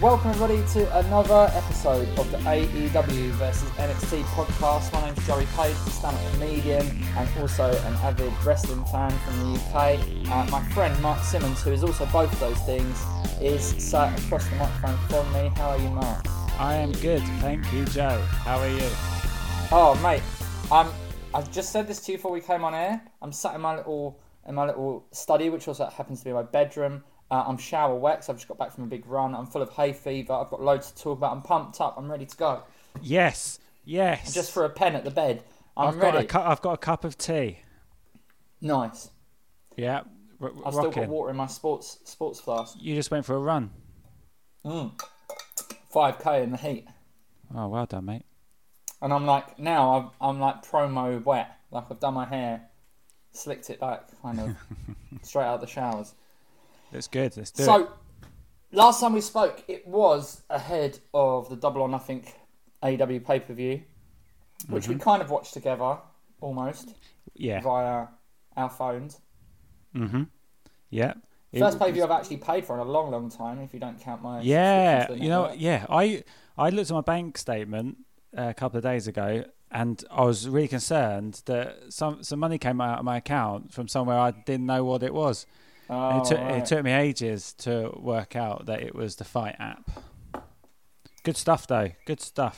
welcome everybody to another episode of the AEW versus NXT podcast. My name's Joey Page, a stand-up comedian and also an avid wrestling fan from the UK. Uh, my friend Mark Simmons, who is also both of those things, is sat across the microphone from me. How are you, Mark? I am good, thank you, Joe. How are you? Oh, mate, I'm. I've just said this to you before we came on air. I'm sat in my little in my little study, which also happens to be my bedroom. Uh, I'm shower wet because I've just got back from a big run. I'm full of hay fever. I've got loads to talk about. I'm pumped up. I'm ready to go. Yes, yes. Just for a pen at the bed. I'm I've got ready. a cu- I've got a cup of tea. Nice. Yeah, r- I've still rocking. got water in my sports sports flask. Mm. You just went for a run. Five k in the heat, Oh, well done, mate. and I'm like now I'm I'm like promo wet. Like I've done my hair, slicked it back, kind of straight out the showers. That's good. Let's do so it. last time we spoke, it was ahead of the Double or Nothing AEW pay per view, which we kind of watched together almost Mm-hmm. Yeah, via our phones. yeah. It First w- pay per view I've actually paid for in a long, long time. If you don't count my subscriptions Yeah, to the you know, network. yeah. I I looked at my bank statement uh, a couple of days ago, and I was really concerned that some some money came out of my account from somewhere I didn't know what it was. And Oh, it, took, right. it took me ages to work out that it was the Fight app. Good stuff, though. Good stuff.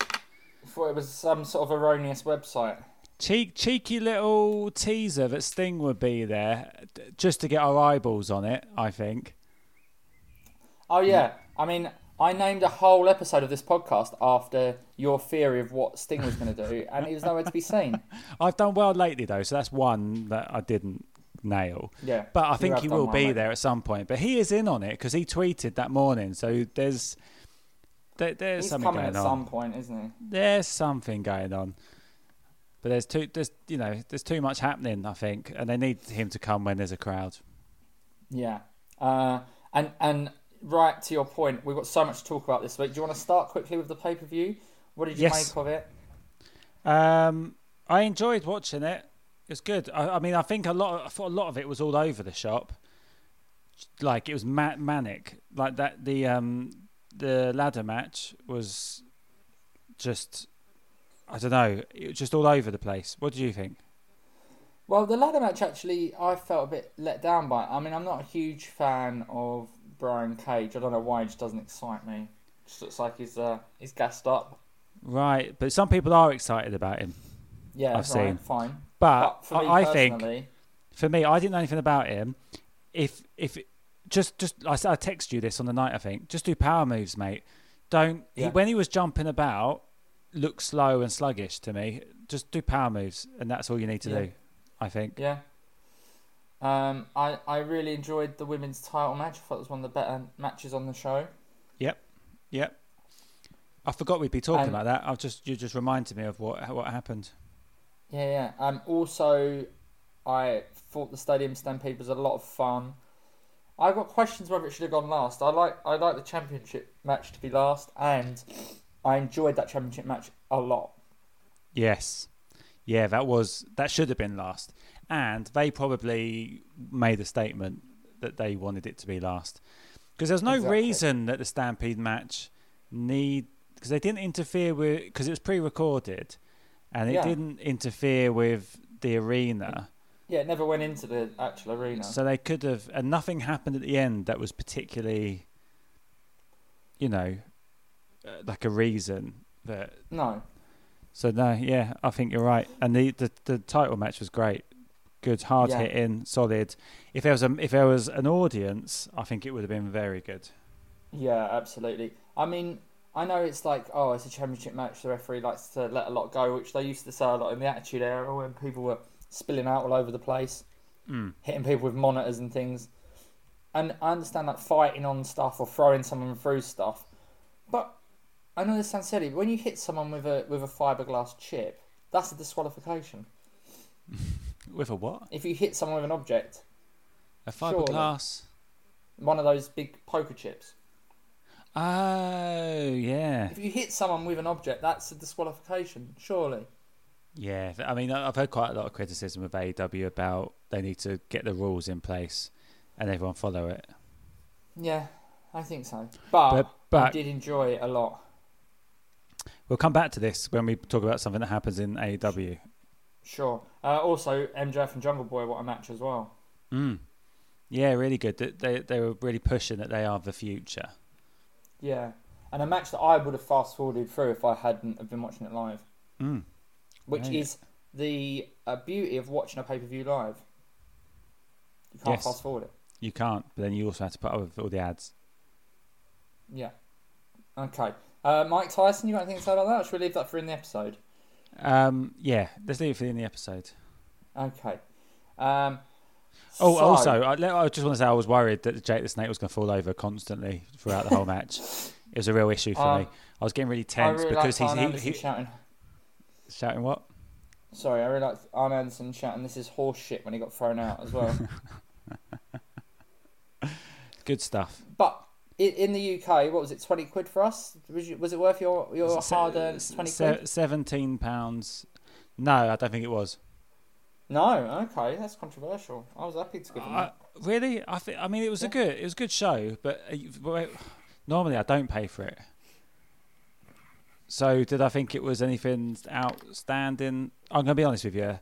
Thought it was some sort of erroneous website. Cheek, cheeky little teaser that Sting would be there d- just to get our eyeballs on it, I think. Oh Mm. yeah, I mean, I named a whole episode of this podcast after your theory of what Sting was going to do, and it was nowhere to be seen. I've done well lately, though, so that's one that I didn't nail. Yeah, But I you think have he done will well be lately. there at some point. But he is in on it because he tweeted that morning. So there's there, there's He's something coming going at on. some point, isn't he? there's something going on. But there's too there's you know there's too much happening I think, and they need him to come when there's a crowd. Yeah. Uh, and and right to your point, we've got so much to talk about this week. Do you want to start quickly with the pay per view? What did you Yes. make of it? Um, I enjoyed watching it. It was good. I, I mean, I think a lot. Of, I thought a lot of it was all over the shop. Like it was ma- manic. Like that. The um the ladder match was just. I don't know. It was just all over the place. What do you think? Well, the ladder match actually, I felt a bit let down by. it. I mean, I'm not a huge fan of Brian Cage. I don't know why he just doesn't excite me. Just looks like he's uh, he's gassed up. Right, but some people are excited about him. Yeah, I've all right, seen. fine. But, for me I, I think personally- for me, I didn't know anything about him. If if just just I, s- I text you this on the night, I think just do power moves, mate. Don't Yeah. he, when he was jumping about, look slow and sluggish to me. Just do power moves, and that's all you need to Yeah. do. I think. yeah. Um, I I really enjoyed the women's title match. I thought it was one of the better matches on the show. Yep, yep. I forgot we'd be talking And- about that. I've just you just reminded me of what what happened. Yeah, yeah. Um, also, I thought the stadium stampede was a lot of fun. I've got questions whether it should have gone last. I like I like the championship match to be last, and I enjoyed that championship match a lot. Yes. Yeah, that was that should have been last. And they probably made a statement that they wanted it to be last. Because there's no Exactly. reason that the Stampede match need because they didn't interfere with because it was pre-recorded and it Yeah. didn't interfere with the arena. Yeah, it never went into the actual arena. So they could have and nothing happened at the end that was particularly you know uh, like a reason that no, so no, yeah, I think you're right. And the the, the title match was great. Good, hard Yeah. hitting, solid. If there was a if there was an audience, I think it would have been very good. Yeah, absolutely. I mean, I know it's like, oh, it's a championship match. The referee likes to let a lot go, which they used to say a lot in the Attitude Era when people were spilling out all over the place, Hmm. hitting people with monitors and things. And I understand like fighting on stuff or throwing someone through stuff, but I know this sounds silly. But when you hit someone with a with a fiberglass chip, that's a disqualification. With a what? If you hit someone with an object, A Surely. fiberglass. one of those big poker chips. Oh yeah, If you hit someone with an object, that's a disqualification, surely. yeah. I mean, I- I've heard quite a lot of criticism of AEW about they need to get the rules in place and everyone follow it. Yeah, I think so. But, But I But did enjoy it a lot. we'll come back to this when we talk about something that happens in E AEW. Sure. Uh, also, MJF and Jungle Boy, what a match as well. Mm. Yeah, really good. They- They they were really pushing that they are the future. Yeah. And a match that I would have fast forwarded through if I hadn't have been watching it live, Mm. which Right. is the uh, beauty of watching a pay per view live. You can't Yes. fast forward it. You can't, but then you also have to put up with all the ads. Yeah. Okay. Uh, Mike Tyson, you got anything to say about that? Or should we leave that for in the episode? Um, yeah, let's leave it for the end of the episode. Okay. Um, Oh, so- also, I, le- I just want to say I was worried that Jake the Snake was going to fall over constantly throughout the whole match. It was a real issue for Um, me. I was getting really I tense really because because like he's he, Anderson he, shouting. shouting what? Sorry, I really like Arn Anderson shouting. This is horse shit when he got thrown out as well. Good stuff. But in, in the UK, what was it? Twenty quid for us? Was, you, was it worth your your Se- hard earned twenty se- quid? Seventeen pounds. No, I don't think it was. No. Okay, that's controversial. I was happy to give him I- that. really? I think. I mean, it was a Yeah. good. It was a good show, but uh, you- but normally I don't pay for it. So did I think it was anything outstanding? I'm gonna be honest with you.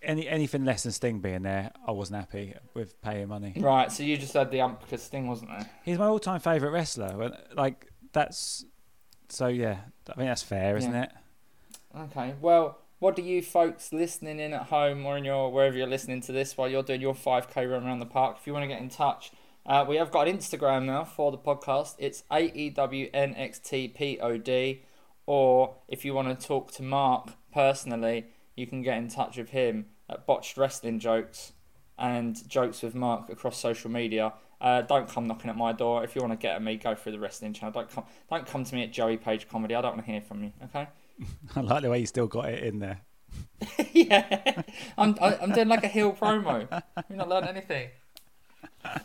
Any anything less than Sting being there, I wasn't happy with paying money. Right. So you just had the ump because Sting wasn't there. He's my all-time favorite wrestler. and, Like that's so yeah. I mean that's fair, isn't Yeah. it? Okay. Well, what do you folks listening in at home or in your wherever you're listening to this while you're doing your 5k run around the park? If you want to get in touch, uh, we have got an Instagram now for the podcast. It's E AEWNXTPOD. Or if you want to talk to Mark personally, you can get in touch with him at Botched Wrestling Jokes and Jokes with Mark across social media. Uh, don't come knocking at my door. If you want to get at me, go through the wrestling channel. Don't come, don't come to me at Joey Page Comedy. I don't want to hear from you. Okay. I like the way you still got it in there. yeah, I'm I- I'm doing like a heel promo. You've not learned anything.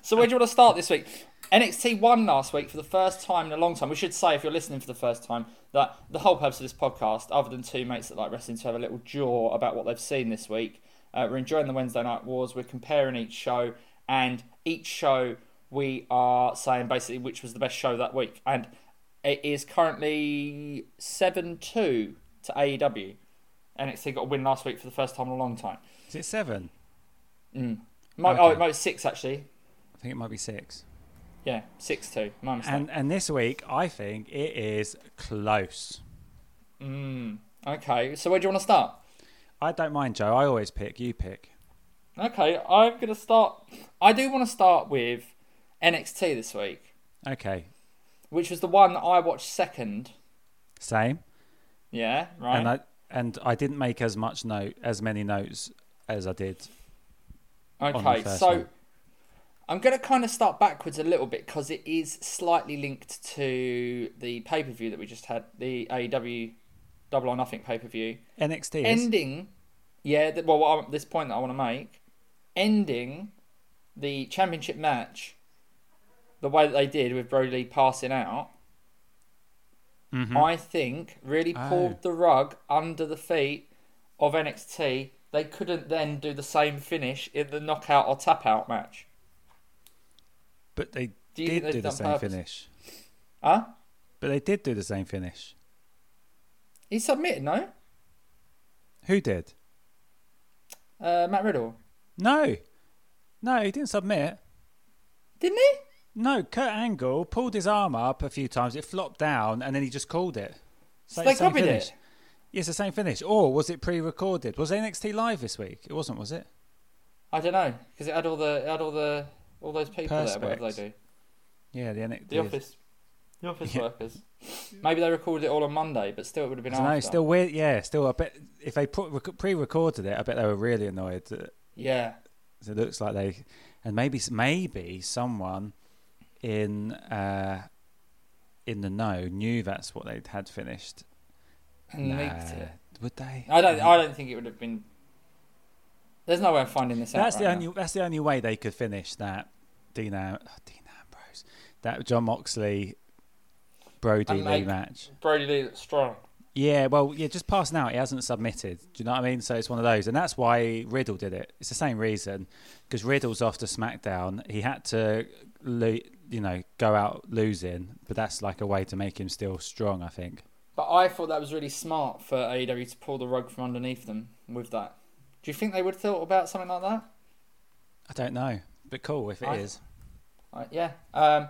So where do you want to start this week? NXT won last week for the first time in a long time. We should say, if you're listening for the first time, that the whole purpose of this podcast, other than two mates that like wrestling to have a little jaw about what they've seen this week, uh, we're enjoying the Wednesday Night Wars. We're comparing each show, and each show we are saying basically which was the best show that week. And it is currently 7 2 to E AEW. NXT got a win last week for the first time in a long time. Is it seven? Mm. Mo- Okay. Oh, it might be six actually. I think it might be six. Yeah, six two. My mistake. And and this week, I think it is close. Mm. Okay, so where do you want to start? I don't mind, Joe. I always pick. You pick. Okay, I'm gonna start. I do want to start with NXT this week, Okay. which was the one that I watched second. Same. Yeah, right. And I and I didn't make as much note as many notes as I did. the Okay, first so one. I'm going to kind of start backwards a little bit because it is slightly linked to the pay per view that we just had, the AEW Double or Nothing pay per view. NXT is Ending, yeah, th- well, what I, this point that I want to make, ending the championship match the way that they did with Brody Lee passing out, Mhm. I think really Oh. pulled the rug under the feet of NXT. They couldn't then do the same finish in the knockout or tap out match. but they Do you think did they've do the done same purpose? finish. Huh? But they did do the same finish. He submitted, no? Who did? Uh, Matt Riddle. No, no, he didn't submit. Didn't he? No, Kurt Angle pulled his arm up a few times. It flopped down, and then he just called it. So Sa- they same copied finish. it. Yes, the same finish. Or was it pre-recorded? Was NXT live this week? It wasn't, was it? I don't know because it had all the it had all the all those people there. Whatever Perspex. they do, Yeah, the NXT. the office, the office Yeah. workers. Maybe they recorded it all on Monday, but still it would have been. No, after. still weird. Yeah, still. I bet if they pro- rec- pre-recorded it, I bet they were really annoyed. that Yeah, It looks like they, and maybe maybe someone in uh, in the know knew that's what they'd had finished. and Nah, leaked it. would they? I don't. I don't think it would have been. There's no way I'm finding this That's out. the right only. That's the only way they could finish that. Dean, Am- oh, Dean Ambrose, that John Moxley, Brody And Lee make- match. now. Brody Lee that's strong. you know go out losing, but that's like a way to make him still strong. I think. But I thought that was really smart for AEW to pull the rug from underneath them with that. Do you think they would have thought about something like that? I don't know, but cool if it is. I- Uh, yeah. Um,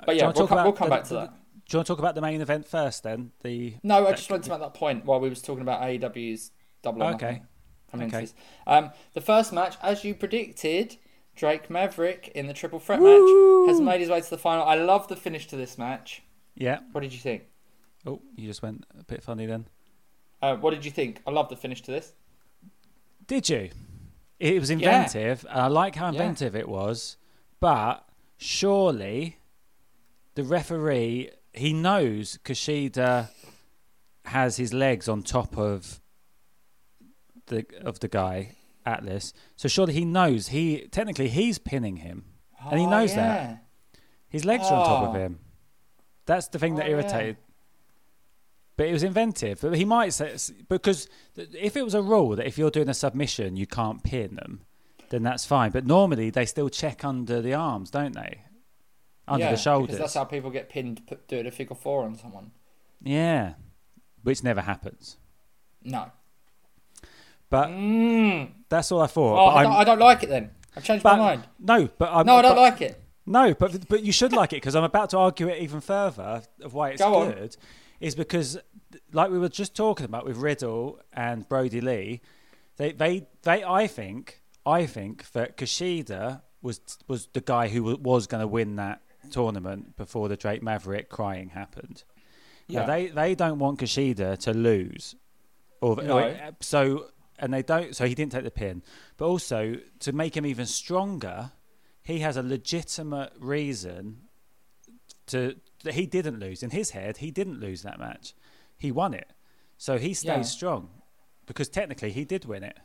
but Do you yeah, wanna we'll, talk come, about we'll come the- back to the- that. Do you want to talk about the main event first? Then the No, I just wanted to make that point while we was talking about AEW's double or Okay. nothing. Coming into Okay. this. Um, the first match, as you predicted, Drake Maverick in the triple threat match has made his way to the final. I love the finish to this match. yeah. What did you think? Oh, you just went a bit funny then. Uh, what did you think? I love the finish to this. Did you? It was inventive, and I like how Yeah. inventive it was. But surely, the referee he knows Kushida has his legs on top of the of the guy Atlas. So surely he knows he technically he's pinning him. And he Oh, knows that. yeah. His legs are on top of Oh. him. That's the thing that Oh, yeah. irritated. But it was inventive. But he might say because th- if it was a rule that if you're doing a submission you can't pin them, then that's fine. But normally they still check under the arms, don't they? Under Yeah, the because shoulders. That's how people get pinned put, doing a figure four on someone. yeah, which never happens. No. But Mm. that's all I thought. Oh, but I, don't, I'm- I don't like it then. I've changed but- my mind. No, but I'm, No, I don't but- like it. No, but but you should like it because I'm about to argue it even further of why it's Go on. good. Is because like we were just talking about with Riddle and Brody Lee, they they they I think I think that Kushida was was the guy who wa- was going to win that tournament before the Drake Maverick crying happened. Yeah, Yeah. they they don't want Kushida to lose, or, or- No. so and they don't. So he didn't take the pin, but also to make him even stronger, he has a legitimate reason to that he didn't lose. In his head, he didn't lose that match; he won it, so he stays Yeah. strong because technically he did win it.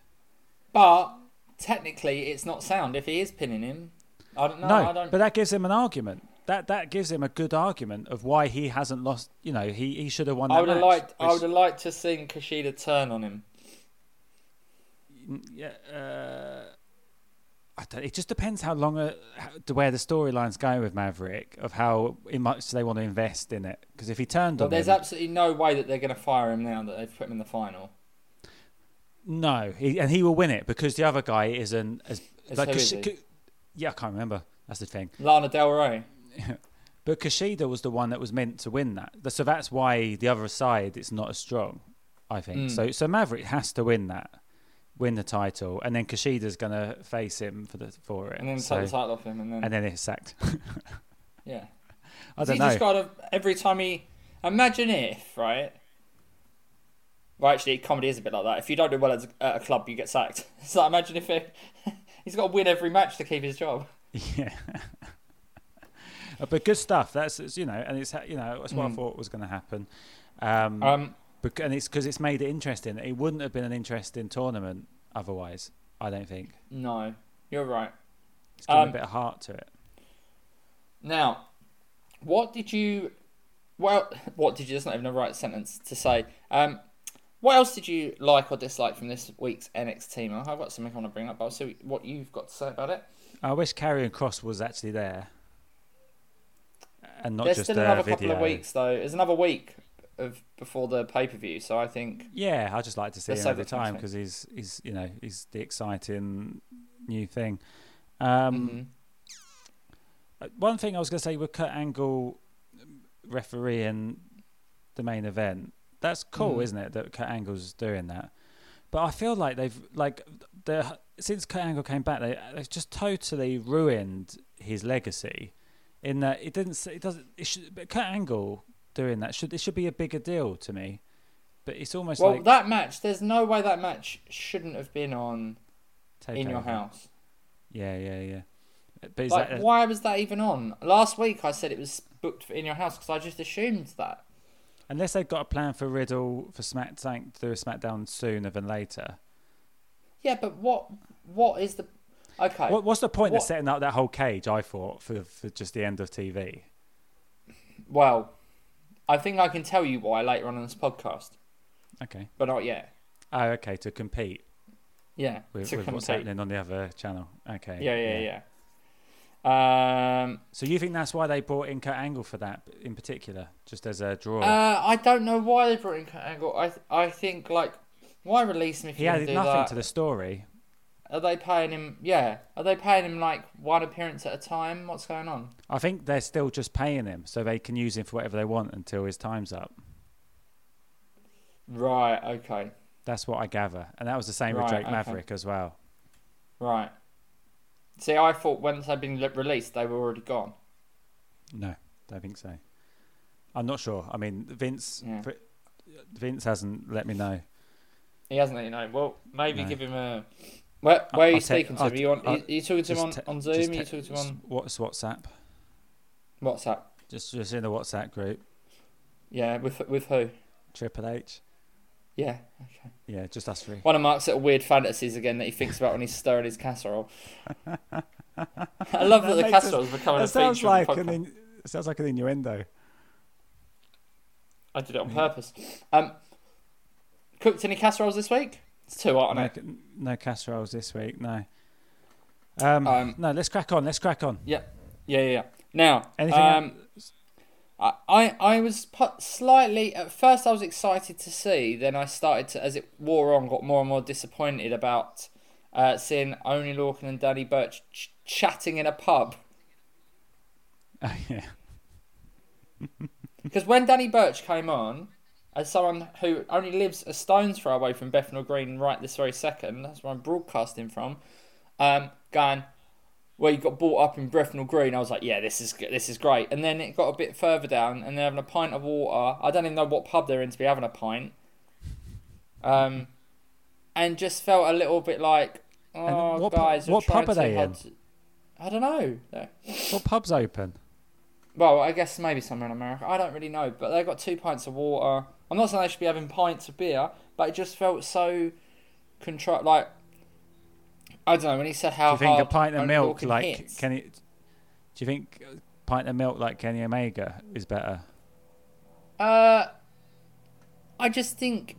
But technically, it's not sound if he is pinning him. I don't know. no, I don't. but that gives him an argument. That that gives him a good argument of why he hasn't lost. You know, he, he should have won. That I would have match, liked. I which- would have liked to seen Kushida turn on him. yeah, uh, I don't, it just depends how long, uh, how, to where the storyline's going with Maverick, of how in much they want to invest in it. Because if he turned But on, there's him- absolutely no way that they're going to fire him now that they've put him in the final. no, he, and he will win it because the other guy isn't as As like. who is Kush- he? Ku- yeah, I can't remember. That's the thing. Lana Del Rey. But Kushida was the one that was meant to win that, so that's why the other side it's not as strong. I think Mm. so. So Maverick has to win that, win the title, and then Kushida's gonna face him for the for it. And then so, take the title off him, and then and then it's sacked. yeah. I Is he don't know. just got a, every time he. Imagine if right. Well, actually, comedy is a bit like that. If you don't do well at at a club, you get sacked. So imagine if he, he's got to win every match to keep his job. Yeah. Uh, but good stuff. That's it's, you know, and it's ha- you know that's what I Mm. thought was going to happen. Um, Um, bec- and it's because it's made it interesting. It wouldn't have been an interesting tournament otherwise. I don't think no, you're right. it's given Um, a bit of heart to it. Now, what did you? Well, what did you? That's not even the right sentence to say. Um, what else did you like or dislike from this week's NXT? Now, I've got something I want to bring up. but I'll see what you've got to say about it. I wish Carrion Cross was actually there, and not There's just still a another video. couple of weeks though. There's another week of before the pay per view, so I think Yeah, I just like to see Let's him save every it for next time week. because he's he's you know he's the exciting new thing. Um, mhm. Uh, One thing I was going to say with Kurt Angle um, refereeing the main event, that's cool, Mhm. isn't it? That Kurt Angle's doing that, but I feel like they've like the since Kurt Angle came back, they they've just totally ruined his legacy. In that it didn't, s- it doesn't, it should. But Kurt Angle doing that should it should be a bigger deal to me, but it's almost well, like that match. There's no way that match shouldn't have been on in your Takeover. house. Yeah, yeah, yeah. But is Like, that, why was that even on? Last week I said it was booked for in your house because I just assumed that. unless they've got a plan for Riddle for SmackDown through SmackDown sooner than later. Yeah, but what what is the okay? What, what's the point of What- setting up that whole cage? I thought for, for just the end of TV. Well, I think I can tell you why later on in this podcast, Okay. but not yet. Oh, okay. To compete Yeah, with, to with what's compete. happening on the other channel. Okay. Yeah, yeah, yeah. Um, So you think that's why they brought in Kurt Angle for that in particular, just as a draw? uh, I don't know why they brought in Kurt Angle. I th- I think like why release him if he you added do nothing that? to the story. Are they paying him? Yeah. Are they paying him like one appearance at a time? What's going on? I think they're still just paying him, so they can use him for whatever they want until his time's up. Right. Okay. That's what I gather, and that was the same with Right, Drake okay. Maverick as well. Right. See, I thought once they'd been le- released, they were already gone. No, don't think so. I'm not sure. I mean, Vince, Yeah. Fr- Vince hasn't let me know. He hasn't let you know. Well, maybe No. give him a. Where, I- where are you I'll take- speaking to I'll- him? Are you, on, I'll- are you talking to him on, Just te- on Zoom? Are just you te- talking to him What's WhatsApp? on WhatsApp? Just just in the WhatsApp group. Yeah, with with who? Triple H. Yeah. Yeah, just us three. One of Mark's little weird fantasies again that he thinks about when he's stirring his casserole. I love that, That the makes us- casserole's becoming a That sounds feature like of the an podcast. in, sounds like an innuendo. I did it on purpose. Um, cooked any casseroles this week? It's too hot on No, it. no casseroles this week. No. Um, Um, no, let's crack on. Let's crack on. Yeah, yeah, yeah. Now, Anything um, I, I, I was pu- slightly at first. I was excited to see. Then I started to, as it wore on, got more and more disappointed about uh, seeing Only Lorcan and Danny Birch ch- chatting in a pub. Oh, yeah. Because when Danny Birch came on, as someone who only lives a stone's throw away from Bethnal Green right this very second, that's where I'm broadcasting from, um, going, well, you got brought up in Bethnal Green. I was like, yeah, this is this is great. And then it got a bit further down, and they're having a pint of water. I don't even know what pub they're in to be having a pint. Um, and just felt a little bit like, oh, what pu- guys, you're what pub trying are they too hard in? to-" I don't know. What pub's open? Well, I guess maybe somewhere in America. I don't really know, but they got two pints of water. I'm not saying they should be having pints of beer, but it just felt so contrived. Like I don't know when he said Do how you think a hard pint of Only milk Lorcan like hits. Kenny? Do you think a pint of milk like Kenny Omega is better? Uh, I just think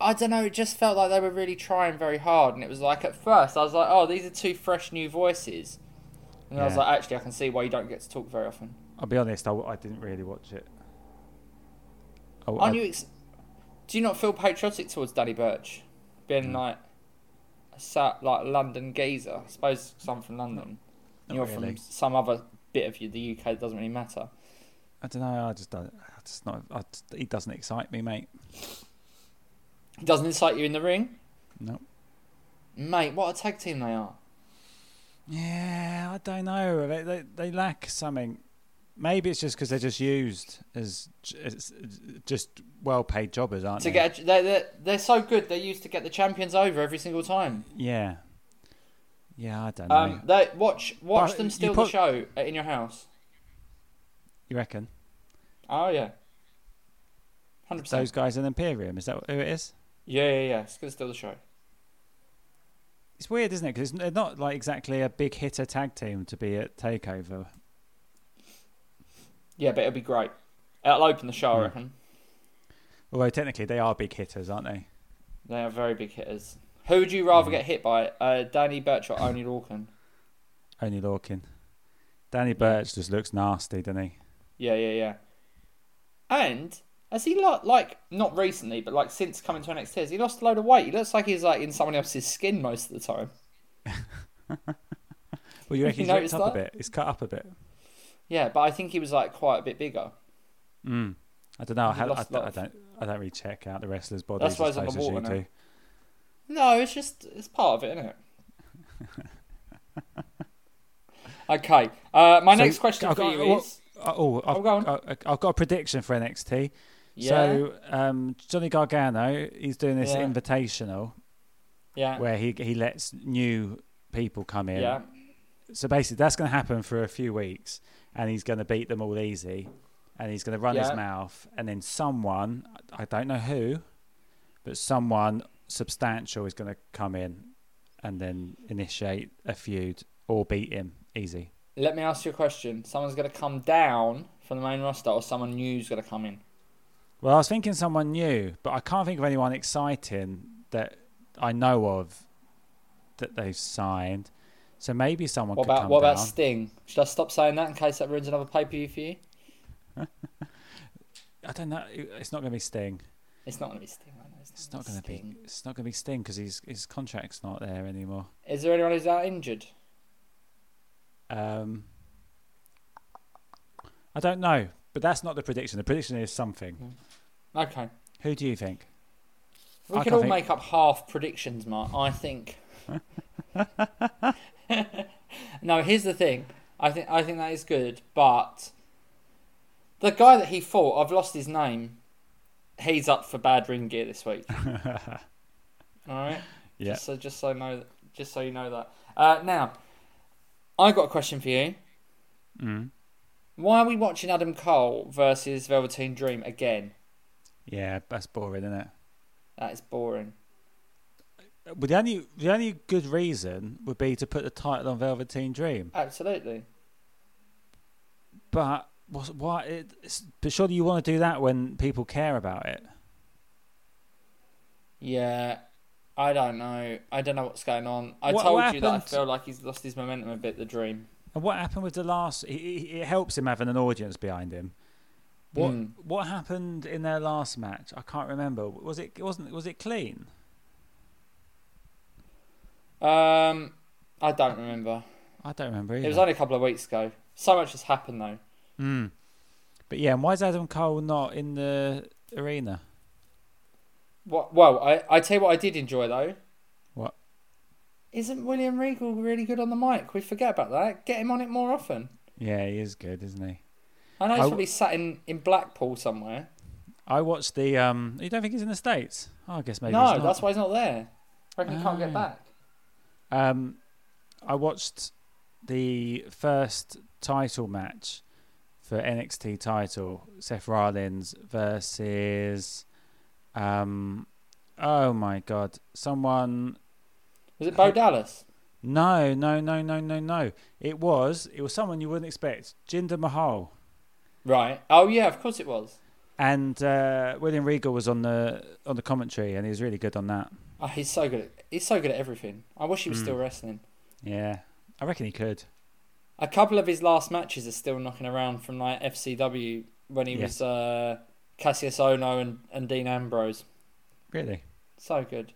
I don't know. It just felt like they were really trying very hard, and it was like at first I was like, "Oh, these are two fresh new voices," and I was Yeah. like, "Actually, I can see why you don't get to talk very often." I'll be honest. I, w- I didn't really watch it. I, I- Aren't you? Ex- Do you not feel patriotic towards Danny Birch, Hmm. being like a sat like London geezer? I suppose some from London, Not you're really. from some other bit of you, the UK. It doesn't really matter. I don't know. I just don't. I just not. I just, he doesn't excite me, mate. He doesn't incite you in the ring, No. mate. What a tag team they are. Yeah, I don't know. They they, they lack something. Maybe it's just because they're just used as, j- as just well-paid jobbers, aren't To they? get they're, they're they're so good. They used to get the champions over every single time. yeah. Yeah, I don't know. Um, they watch watch But them you steal put- the show in your house. you reckon Oh yeah, hundred percent. those guys in Imperium? Is that who it is? Yeah, yeah, yeah. It's gonna steal the show. It's weird, isn't it? Because they're not like exactly a big hitter tag team to be at Takeover. Yeah, but it'll be great. It'll open the show, Hmm. I reckon. Although technically they are big hitters, aren't they? They are very big hitters. Who would you Hmm. rather get hit by, uh, Danny Birch or Only Lorcan? Only Larkin. Danny Birch just looks nasty, doesn't he? Yeah, yeah, yeah. And has he lo- like not recently, but like since coming to NXT, has he lost a load of weight? He looks like he's like in someone else's skin most of the time. Well, you reckon You he's ripped noticed up a that? bit? He's cut up a bit. Yeah, but I think he was like quite a bit bigger. Mm. I don't know. I, He ha- I, lost a lot I of- don't. I don't really check out the wrestlers' bodies That's why as he's on the close as you water now. do. No, it's just it's part of it, isn't it? okay. Uh, my So, next question I've for got- you what- is Uh, Oh, I've, Oh, go on. I- I've got a prediction for NXT. yeah, So um, Johnny Gargano, he's doing this Yeah. invitational yeah, where he he lets new people come in. yeah, So basically, that's going to happen for a few weeks, and he's going to beat them all easy, and he's going to run his Yeah. mouth, and then someone, I don't know who, but someone substantial is going to come in, and then initiate a feud or beat him easy. Let me ask you a question. Someone's going to come down from the main roster, or someone new's going to come in. Well, I was thinking someone new, but I can't think of anyone exciting that I know of that they've signed. So maybe someone What could about come what down. about Sting? Should I stop saying that in case that ruins another pay per view for you? I don't know. It's not going to be Sting. It's not going to be Sting. I know. It's, It's not gonna going to be. It's not going to be Sting because his his contract's not there anymore. Sting. Is there anyone who's out injured? Um, I don't know, but that's not the prediction. The prediction is something. Okay. Who do you think? We I could can't all think- make up half predictions, Mark. I think. no, here's the thing. I think I think that is good, but the guy that he fought, I've lost his name. He's up for bad ring gear this week. all right. Yeah. Just so just so know just so you know that. Uh, now, I got a question for you. Mm. Why are we watching Adam Cole versus Velveteen Dream again? Yeah, that's boring, isn't it? That is boring. But the only the only good reason would be to put the title on Velveteen Dream. Absolutely. But what's why? It, it's, but surely you want to do that when people care about it. Yeah, I don't know. I don't know what's going on. I What- told what you that I happened? feel like he's lost his momentum a bit. The dream. And what happened with the last? It, it helps him having an audience behind him. What Mm. what happened in their last match? I can't remember. Was it wasn't was it clean? Um, I don't remember. I don't remember. Either. It was only a couple of weeks ago. So much has happened though. Mm. But yeah, and why is Adam Cole not in the arena? What? Well, I I tell you what I did enjoy though. What? Isn't William Regal really good on the mic? We forget about that. Get him on it more often. Yeah, he is good, isn't he? I know he's I w- probably sat in, in Blackpool somewhere. I watched the. um You don't think he's in the states? Oh, I guess maybe. he's no, not. that's why he's not there. I reckon he can't get Ah. back. Um, I watched the first title match for NXT title, Seth Rollins versus. Um, oh my God! Someone Was it Bo Dallas? No, no, no, no, no, no. It was it was someone you wouldn't expect, Jinder Mahal, Right. Oh yeah, of course it was. and uh, William Regal was on the on the commentary, and he was really good on that. Oh, he's so good. At, he's so good at everything. I wish he Hmm. was still wrestling. Yeah, I reckon he could. A couple of his last matches are still knocking around from like FCW when he Yeah. was uh, Cassius Ono and, and Dean Ambrose. Really, So good.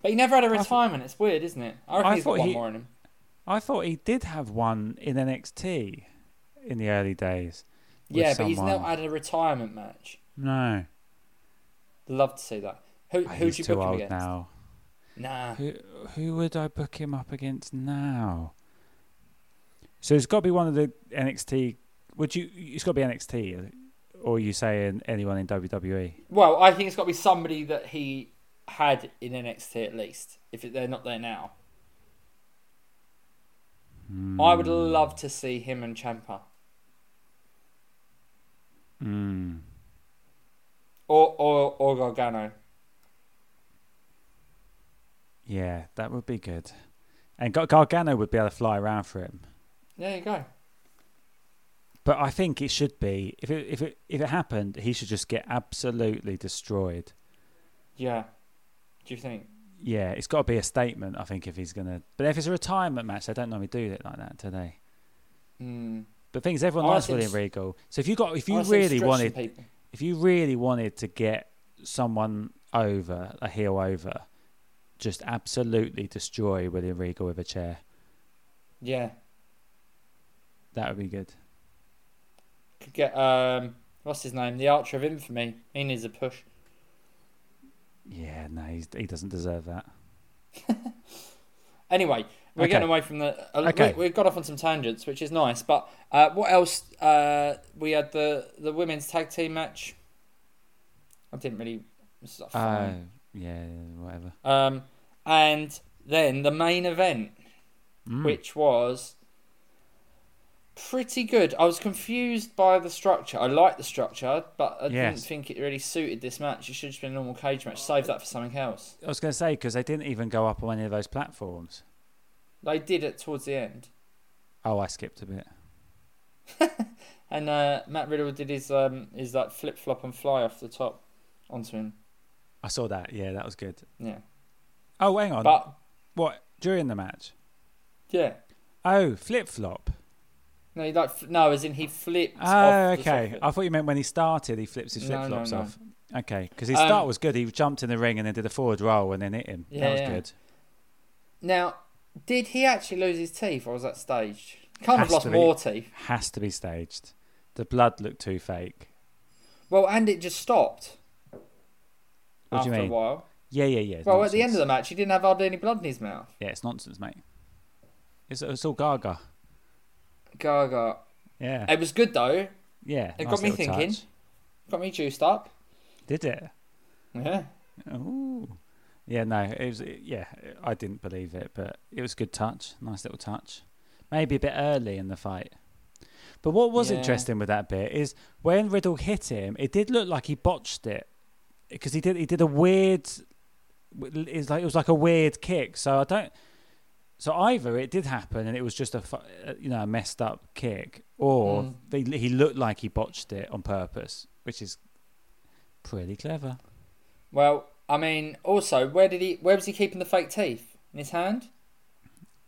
But he never had a I thought- retirement. it's weird, isn't it? I reckon I he's got thought one he- more in him. I thought he did have one in NXT in the early days. with Yeah, but he's someone. never had a retirement match. No, Love to see that. Who Ah, who'd he's you too book him old against? now. Nah. Who who would I book him up against now? So it's got to be one of the NXT. Would you? It's got to be NXT, or are you saying anyone in E? WWE? Well, I think it's got to be somebody that he had in NXT at least. If they're not there now, I would Hmm. love to see him and Champa. Mm. Or or or Gargano. Yeah, that would be good. And Gar- Gargano would be able to fly around for him. There you go. But I think it should be if it if it if it happened, he should just get absolutely destroyed. Yeah. Do you think? Yeah, it's got to be a statement. I think if he's gonna, but if it's a retirement match, they don't normally do it like that, do they? Hmm. But things everyone I likes think William s- Regal. So if you got if I you wanna see him really stretch some wanted people. if you really wanted to get someone over a heel over, just absolutely destroy William Regal with a chair. Yeah. That would be good. Could get um what's his name? The Archer of Infamy. He needs a push. Yeah, no, he's, he doesn't deserve that. Anyway, we're Okay. getting away from the. Uh, Okay. we, have got off on some tangents, which is nice. But uh, what else? Uh, we had the the women's tag team match. I didn't really. It's not Uh, fine. yeah, whatever. um, and then the main event, Mm. which was pretty good. I was confused by the structure. I liked the structure, but I Yes. didn't think it really suited this match. It should just been a normal cage match. Save that for something else. I was going to say because they didn't even go up on any of those platforms. They did it towards the end. Oh, I skipped a bit. And uh, Matt Riddle did his um his that flip flop and fly off the top onto him. I saw that. Yeah, that was good. Yeah, Oh, hang on. but what during the match? yeah, Oh, flip flop. No, he like f- no, as in he flipped. Oh, off the okay. sofa. I thought you meant when he started, he flips his No, flip no, flops no. off. Okay, because his Um, start was good. He jumped in the ring and then did a forward roll and then hit him. Yeah, that was yeah. good. Now, did he actually lose his teeth, or was that staged? Can't have Has lost to be. more teeth. Has to be staged. The blood looked too fake. Well, and it just stopped. What do after you mean? a while. Yeah, yeah, yeah. it's Well, at the end nonsense. of the match, he didn't have hardly any blood in his mouth. yeah, it's nonsense, mate. It's, it's all Gaga. Gaga. Yeah, It was good though. yeah. it got nice me little thinking. touch. Got me juiced up. Did it? Yeah. Ooh. Yeah, no, it was. Yeah, I didn't believe it, but it was a good touch, nice little touch. Maybe a bit early in the fight. But what was Yeah. interesting with that bit is when Riddle hit him, it did look like he botched it because he did he did a weird. It's like it was like a weird kick. So I don't. So either it did happen and it was just a fu- uh, you know a messed up kick, or Mm. they, he looked like he botched it on purpose, which is pretty clever. Well, I mean, also, where did he? Where was he keeping the fake teeth in his hand?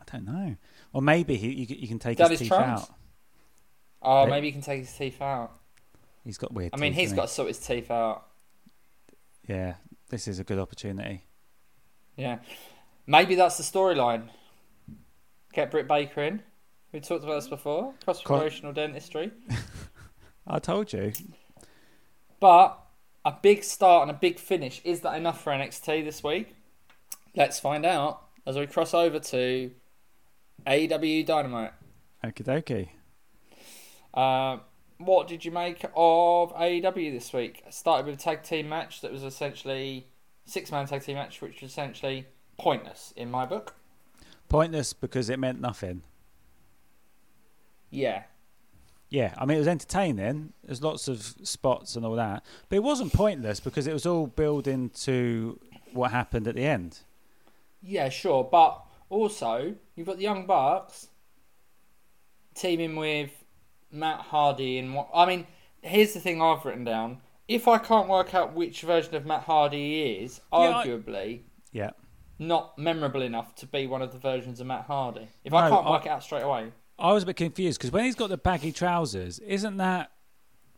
I don't know. Or maybe he you, c- you can take Got his, his teeth trunks? out. Oh, Yeah. maybe he can take his teeth out. He's got weird. I mean, teeth, he's hasn't got to sort his teeth out. He? Yeah, this is a good opportunity. Yeah. Maybe that's the storyline. Get Britt Baker in. We talked about this before. Cross Quite- promotional dentistry. I told you. But a big start and a big finish. Is that enough for NXT this week? Let's find out as we cross over to AEW Dynamite. Okie dokie. Uh, what did you make of AEW this week? Started with a tag team match that was essentially six man tag team match, which was essentially pointless in my book. Pointless because it meant nothing. Yeah, Yeah, I mean it was entertaining. There's lots of spots and all that, but it wasn't pointless because it was all building to what happened at the end. yeah, sure, but also you've got the Young Bucks teaming with Matt Hardy and what I mean. Here's the thing I've written down. If I can't work out which version of Matt Hardy he is, I- arguably Yeah. not memorable enough to be one of the versions of Matt Hardy. If I No, can't I- work it out straight away, I was a bit confused because when he's got the baggy trousers, isn't that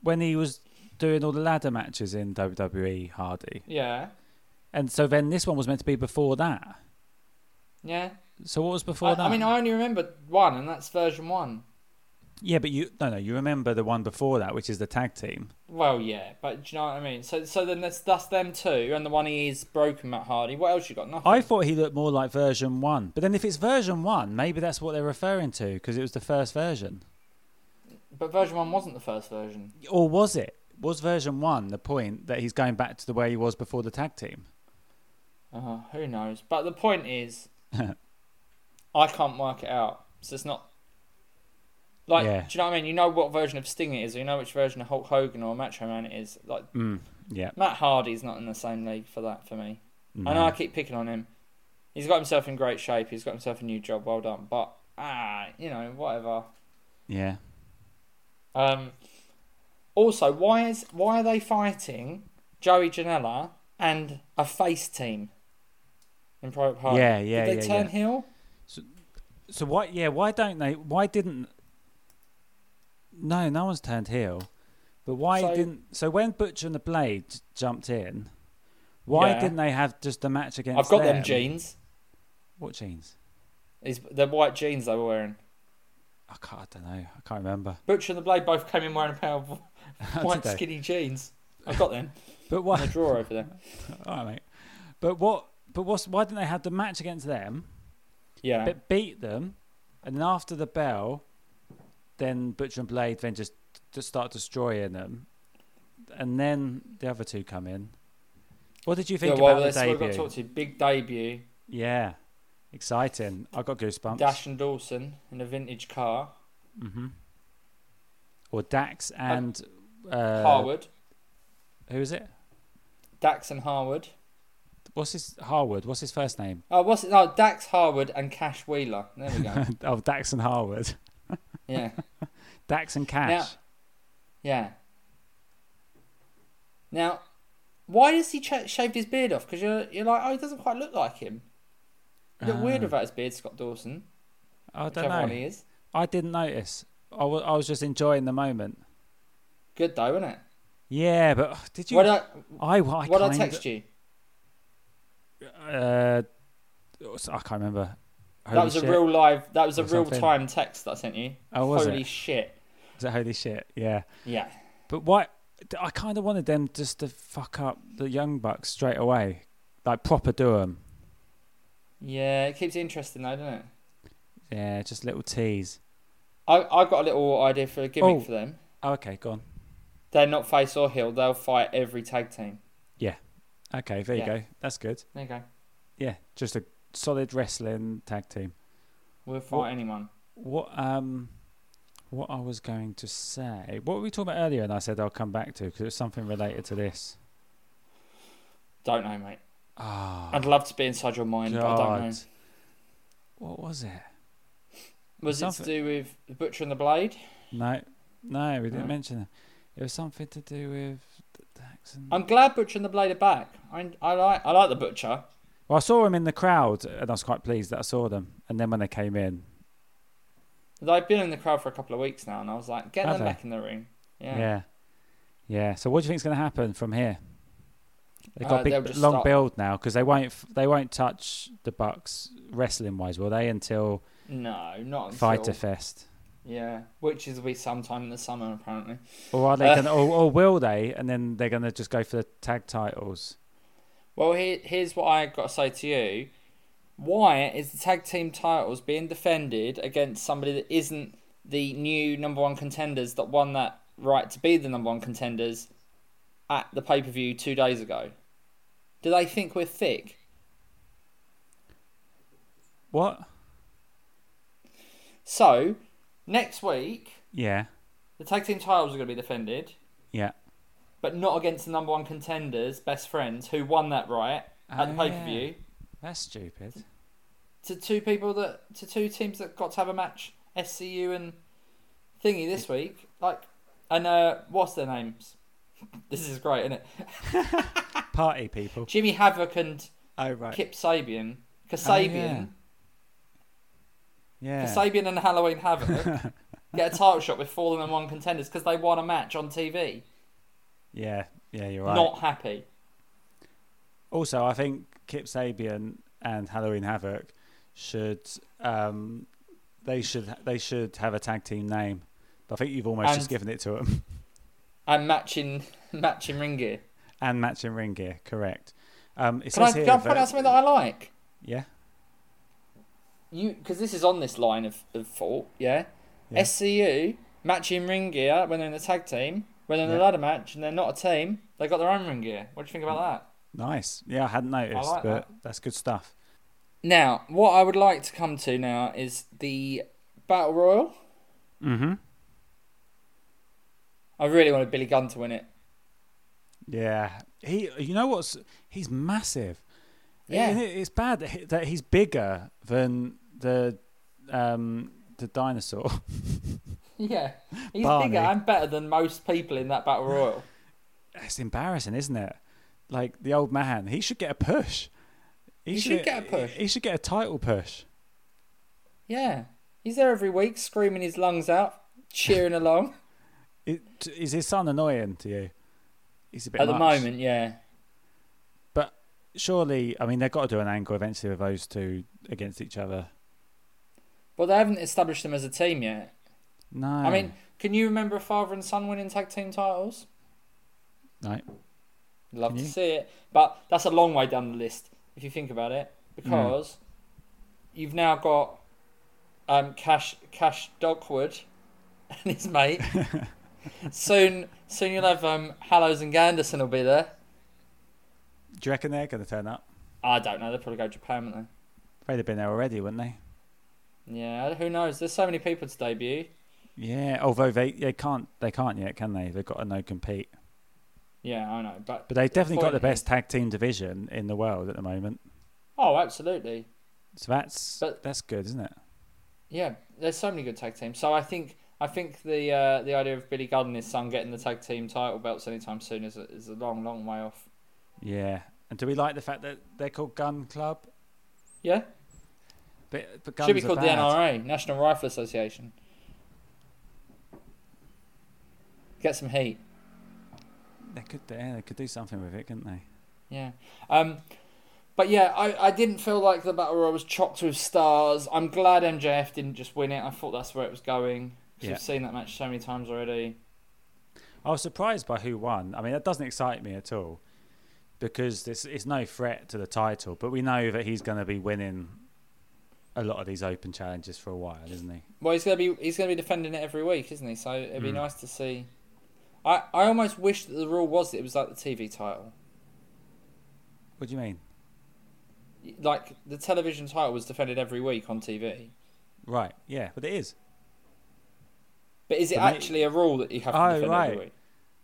when he was doing all the ladder matches in WWE Hardy? yeah. And so then this one was meant to be before that. Yeah. So what was before I, that? I mean, I only remember one, and that's version one. yeah, but you no no you remember the one before that, which is the tag team. Well, yeah, but do you know what I mean? So, so then that's that's them two, and the one he is broken, Matt Hardy. What else you got? Nothing. I thought he looked more like version one, but then if it's version one, maybe that's what they're referring to because it was the first version, But version one wasn't the first version. or was it? Was version one the point that he's going back to the way he was before the tag team? Uh, who knows? But the point is, I can't work it out, so it's not. Like, Yeah. do you know what I mean? You know what version of Sting it is, or you know which version of Hulk Hogan or Macho Man it is. Like Mm, yeah, Matt Hardy's not in the same league for that for me. no. I know I keep picking on him. He's got himself in great shape. He's got himself a new job. Well done. But ah, you know, whatever. yeah. Um, also, why is why are they fighting Joey Janela and a face team in Private Party? Yeah, yeah, Did they yeah, turn yeah. heel? So why? Yeah, why don't they? Why didn't? No, no one's turned heel. But why So- didn't? So when Butcher and the Blade j- jumped in, why Yeah. didn't they have just a match against? I've got them them jeans. What jeans? Is the white jeans they were wearing? I can't. I don't know. I can't remember. Butcher and the Blade both came in wearing a pair of How white did they? skinny jeans. I've got them But in a why? drawer over there. All right, mate. But what? But what's? Why didn't they have the match against them? Yeah, But beat them, and then after the bell, then Butcher and Blade then just just start destroying them, and then the other two come in. What did you think yeah, well, about that's what the we've got to debut? talk to. you. Big debut. Yeah, exciting. I got goosebumps. Dash and Dawson in a vintage car. hmm Or Dax and uh, Harwood. Who is it? Dax and Harwood. What's his Harwood? What's his first name? Oh, what's it? No, Dax Harwood and Cash Wheeler. There we go. oh, Dax and Harwood. yeah, Dax and Cash. yeah. Now, why has he ch- shaved his beard off? Because you're, you're like, oh, he doesn't quite look like him. You look Oh. weird about his beard, Scott Dawson. I don't whichever know. one he is. I didn't notice. I wa- I was just enjoying the moment. Good though, isn't it? Yeah, but ugh, did you? What I I, I what I kinda- text you? Uh, I can't remember. Holy that was shit. a real live. That was a Or real something. time text that I sent you. Oh, was Holy it? shit! Is it holy shit? Yeah. Yeah, But why? I kind of wanted them just to fuck up the young bucks straight away, like proper do 'em. yeah. It keeps it interesting though, doesn't it? Yeah, just little tease. I I got a little idea for a gimmick Oh. for them. Oh, okay, go on. They're not face or heel. They'll fight every tag team. Okay, there you Yeah. go. That's good. There you go. Yeah, just a solid wrestling tag team. We'll fight What- anyone. What um, what I was going to say. What were we talking about earlier? And I said I'll come back to because it's something related to this. Don't know, mate. Ah, I'd love to be inside your mind, but I don't know. God. What was it? Was it to Something- do with the Butcher and the Blade? No, no, we didn't No. mention it. It was something to do with the tax and. I'm glad Butcher and the Blade are back. I, I like I like the Butcher. Well, I saw him in the crowd, and I was quite pleased that I saw them. And then when they came in, They've been in the crowd for a couple of weeks now, and I was like, get Have them they? back in the ring. yeah, Yeah. yeah. So, what do you think's going to happen from here? They Uh, got they'll big, just long start- build now because they won't f- they won't touch the Bucks wrestling wise, will they? Until No, not until, Fighter Fest, Yeah, which is we sometime in the summer apparently. or are they Uh, going? Or, or will they? And then they're going to just go for the tag titles. Well, here, here's what I got to say to you. Why is the tag team titles being defended against somebody that isn't the new number one contenders that won that right to be the number one contenders at the pay per view two days ago? Do they think we're thick? What? So, next week, Yeah, the tag team titles are going to be defended, yeah. but not against the number one contenders, best friends, who won that right at the Oh, pay yeah. per view. That's stupid. to two people that to two teams that got to have a match, SCU and Thingy this week. Like, and uh, what's their names? This is great, isn't it? Party people. Jimmy Havoc and Oh right. Oh, Kip Sabian, yeah. Kasabian, Yeah. Kasabian and Halloween Havoc get a title shot with four and one contenders because they won a match on TV. Yeah, yeah, you're right. Not happy. Also, I think Kip Sabian and Halloween Havoc should um, they should they should have a tag team name. But I think you've almost And- just given it to them. And matching matching ring gear. and matching ring gear, correct? Um, it Can I, says here can I that- point out something that I like? yeah, you because this is on this line of, of thought, yeah? Yeah. SCU matching ring gear when they're in the tag team, when they're in a Yeah. ladder match and they're not a team, they got their own ring gear. What do you think about that? nice. Yeah, I hadn't noticed, like but that's good stuff. Now, what I would like to come to now is the battle royal. Mm-hmm. I really wanted Billy Gunn to win it. Yeah, he. You know what's? He's massive. Yeah. It- it's bad that he- that he's bigger than the um, the dinosaur. Yeah, he's Barney. bigger and better than most people in that battle royal. It's embarrassing, isn't it? Like the old man, he should get a push. He should get a push. He should get a title push. Yeah, he's there every week, screaming his lungs out, cheering along. It, is his son annoying to you? He's a bit At the much. moment, yeah, but surely, I mean, they've got to do an angle eventually with those two against each other. but they haven't established them as a team yet. No, I mean, can you remember a father and son winning tag team titles? no, Love Can to you? see it, but that's a long way down the list if you think about it, Mm. because you've now got um, Cash Cash Dogwood and his mate. soon, soon you'll have um, Hallows and Ganderson will be there. do you reckon they're going to turn up? I don't know. They'll probably go to Japan, won't They'd have been there already, wouldn't they? they? Yeah, who knows? There's so many people to debut. Yeah, although they, they can't they can't yet, can they? They've got a no compete. Yeah, I know, but But they've definitely got the point best tag team division in the world at the moment. oh, absolutely. So that's But- that's good, isn't it? Yeah, there's so many good tag teams. So I think I think the uh, the idea of Billy Gunn and his son getting the tag team title belts anytime soon is a, is a long, long way off. Yeah. And do we like the fact that they're called Gun Club? Yeah, But, but Should be guns are called the bad. NRA, National Rifle Association. Get some heat. They could, yeah, they could do something with it, couldn't they? Yeah. Um, but yeah, I, I didn't feel like the battle royal was chocked with stars. I'm glad MJF didn't just win it. I thought that's where it was going. 'cause Yeah. We've seen that match so many times already. I was surprised by who won. I mean, that doesn't excite me at all because it's, it's no threat to the title, but we know that he's going to be winning a lot of these open challenges for a while, isn't he? Well, he's gonna be he's gonna be defending it every week, isn't he? So it'd be Mm. nice to see. I, I almost wish that the rule was that it was like the TV title, What do you mean? like the television title was defended every week on TV. Right, yeah, but it is. But is it But may- actually a rule that you have to Oh, defend right. every week?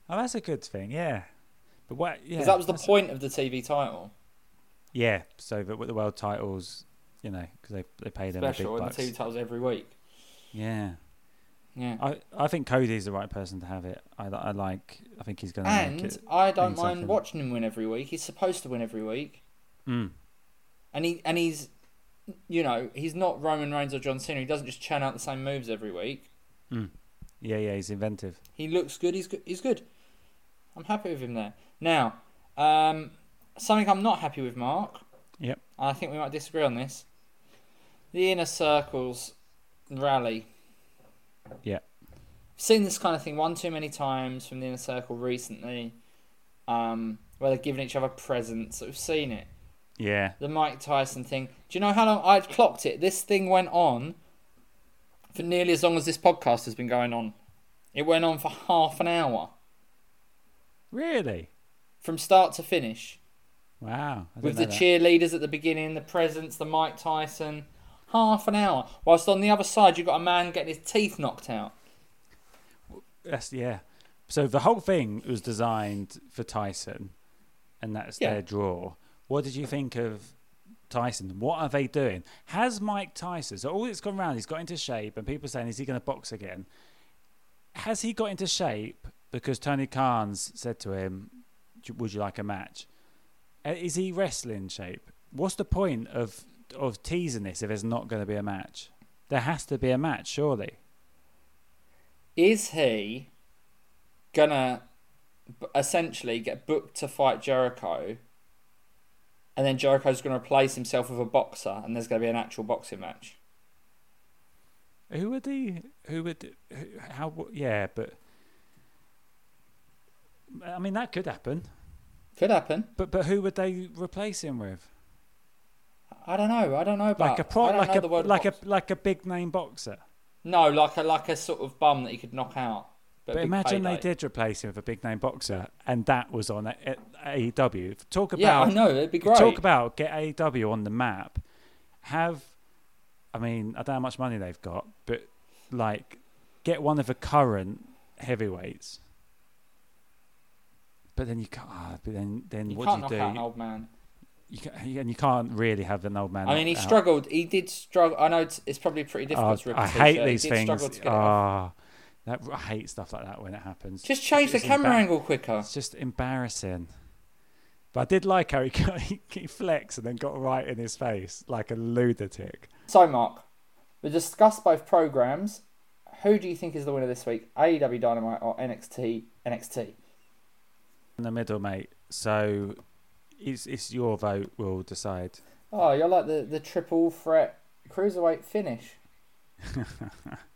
Oh, that's a good thing, yeah. But what? Yeah, Because that was the that's- point of the TV title Yeah, so that with the world titles, you know, because they they pay them the big special, and the bucks. TV titles every week. Yeah, Yeah. I I think Cody's the right person to have it. I li- I like. I think he's going to make And it. I don't means mind something. watching him win every week. He's supposed to win every week, Mm. and he and he's, you know, he's not Roman Reigns or John Cena. He doesn't just churn out the same moves every week. Yeah, yeah, he's inventive. He looks good. He's good. He's good. I'm happy with him there. Now, um, something I'm not happy with, Mark. Yep. And I think we might disagree on this. The inner circles rally. Yeah. I've seen this kind of thing one too many times from the inner circle recently, um, where they're giving each other presents. We've seen it. Yeah, The Mike Tyson thing. Do you know how long I'd clocked it? This thing went on for nearly as long as this podcast has been going on. It went on for half an hour really. from start to finish Wow. I didn't with know the that. cheerleaders at the beginning, the presents, the Mike Tyson. Half an hour. Whilst on the other side, you've got a man getting his teeth knocked out. That's yeah. So the whole thing was designed for Tyson, and that's Yeah. their draw. What did you think of Tyson? What are they doing? Has Mike Tyson? So all that's gone round, he's got into shape, and people saying, is he going to box again? Has he got into shape because Tony Khan's said to him, "Do- "Would you like a match?" Uh, Is he wrestling shape? What's the point of of teasing this if there's not going to be a match? There has to be a match, surely. Is he gonna b- essentially get booked to fight Jericho, and then Jericho's gonna replace himself with a boxer, and there's gonna be an actual boxing match? Who would he? Who would? Who, how? w- Yeah, but I mean that could happen. Could happen. But but who would they replace him with? I don't know. Ah, I don't know. But Like a pro, I don't like know a the word like box. a like a big name boxer. no, like a like a sort of bum that he could knock out. But, imagine they did replace him with a big name boxer, and that was on A- A- AEW. Talk about Yeah, I know. It'd be great. talk about get AEW on the map. Have, I mean, I don't know how much money they've got, but like, get one of the current heavyweights. But then you can't. ah, but then, then you what can't knock do you out an do? old man. You ca you, and you can't really have an old man. I mean, he knocked out. struggled. He did struggle. I know it's, it's probably pretty difficult Oh, to rip a I hate t-shirt. these he did struggle things. to get it off. Ah, that I hate stuff like that when it happens. Just change the It's camera embar- angle quicker. It's just embarrassing. But I did like how he, got, he, he flexed and then got right in his face like a lunatic. So, Mark, we discussed both programs. Who do you think is the winner this week? AEW Dynamite or NXT? NXT. in the middle, mate. So it's it's your vote. will decide. Oh, you're like the, the triple threat cruiserweight finish.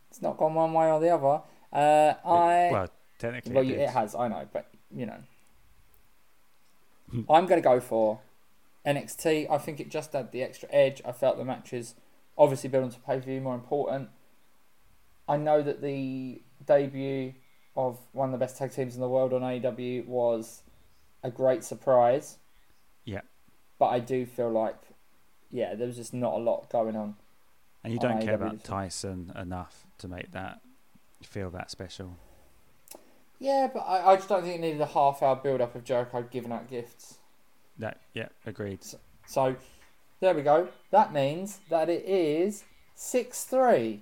it's not gone one way or the other. Uh, I well, technically, well, it you, is. it has. I know, but you know, I'm going to go for NXT. I think it just had the extra edge. I felt the matches, obviously building to pay per view, more important. I know that the debut of one of the best tag teams in the world on AEW was a great surprise. Yeah. but I do feel like, yeah, there was just not a lot going on. and you on don't care AEW about this Tyson enough to make that feel that special. Yeah, but I, I just don't think it needed a half hour build up of Jericho giving out gifts. No, yeah, agreed. So there we go. That means that it is six three.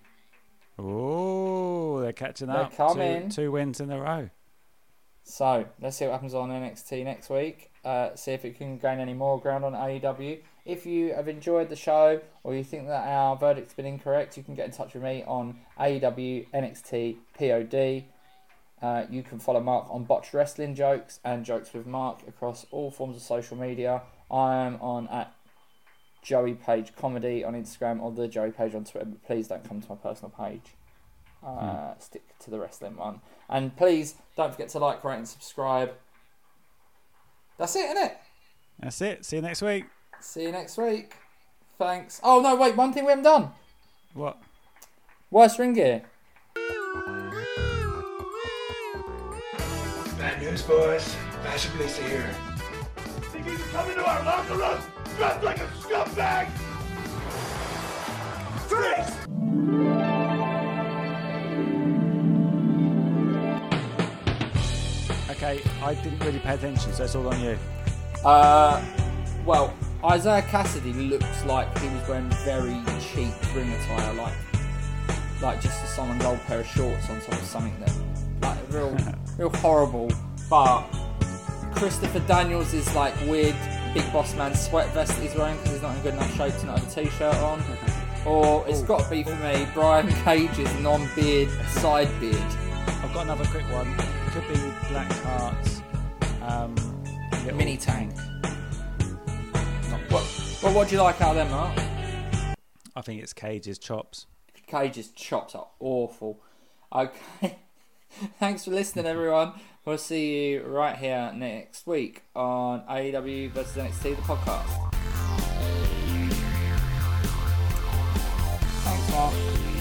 Oh, they're catching They're up. Two- coming. two wins in a row. So let's see what happens on NXT next week. Uh, see if it can gain any more ground on AEW. If you have enjoyed the show or you think that our verdict's been incorrect, you can get in touch with me on E AEW NXT POD. Uh, you can follow Mark on Botched Wrestling Jokes and Jokes with Mark across all forms of social media. I am on at Joey Page Comedy on Instagram or the Joey Page on Twitter, but please don't come to my personal page. Uh, Stick to the wrestling one. And please don't forget to like, rate, and subscribe. That's it, innit? That's it. See you next week. See you next week. Thanks. Oh no, wait, one thing we haven't done. What? Worst ring gear. Bad news, boys. Fashion police are here. They keep coming to our locker room dressed like a scumbag! Freeze! Okay, I didn't really pay attention, so it's all on you. Uh, well, Isaiah Cassidy looks like he was wearing very cheap ring attire, like like just a solid old pair of shorts on top of something that like real real horrible. But Christopher Daniels is like weird big boss man sweat vest that he's wearing because he's not in good enough shape to not have a t-shirt on. Or it's got to be for me Brian Cage's non-beard side beard. I've got another quick one. Could be Black Heart's um, little- Mini tank. not- What? Well, what do you like out of them, Mark? I think it's Cage's chops. Cage's chops are awful. Okay. Thanks for listening, everyone. We'll see you right here next week on AEW versus NXT, the podcast. Thanks, Mark.